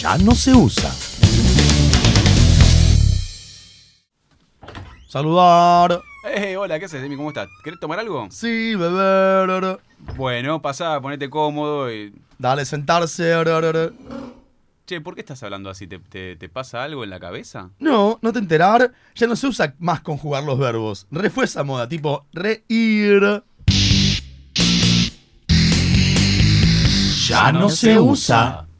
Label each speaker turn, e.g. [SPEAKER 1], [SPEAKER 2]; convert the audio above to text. [SPEAKER 1] ya no se usa. Saludar.
[SPEAKER 2] Eh, hola, ¿qué haces, Demi? ¿Cómo estás? ¿Querés tomar algo?
[SPEAKER 1] Sí, beber. arara.
[SPEAKER 2] Bueno, pasá, ponete cómodo y...
[SPEAKER 1] Dale, sentarse. arara, arara.
[SPEAKER 2] Che, ¿por qué estás hablando así? ¿Te, te- te pasa algo en la cabeza?
[SPEAKER 1] No, no te enterar. Ya no se usa más conjugar los verbos. Re fue esa moda, tipo reír. Ya
[SPEAKER 2] no Ah, se usa.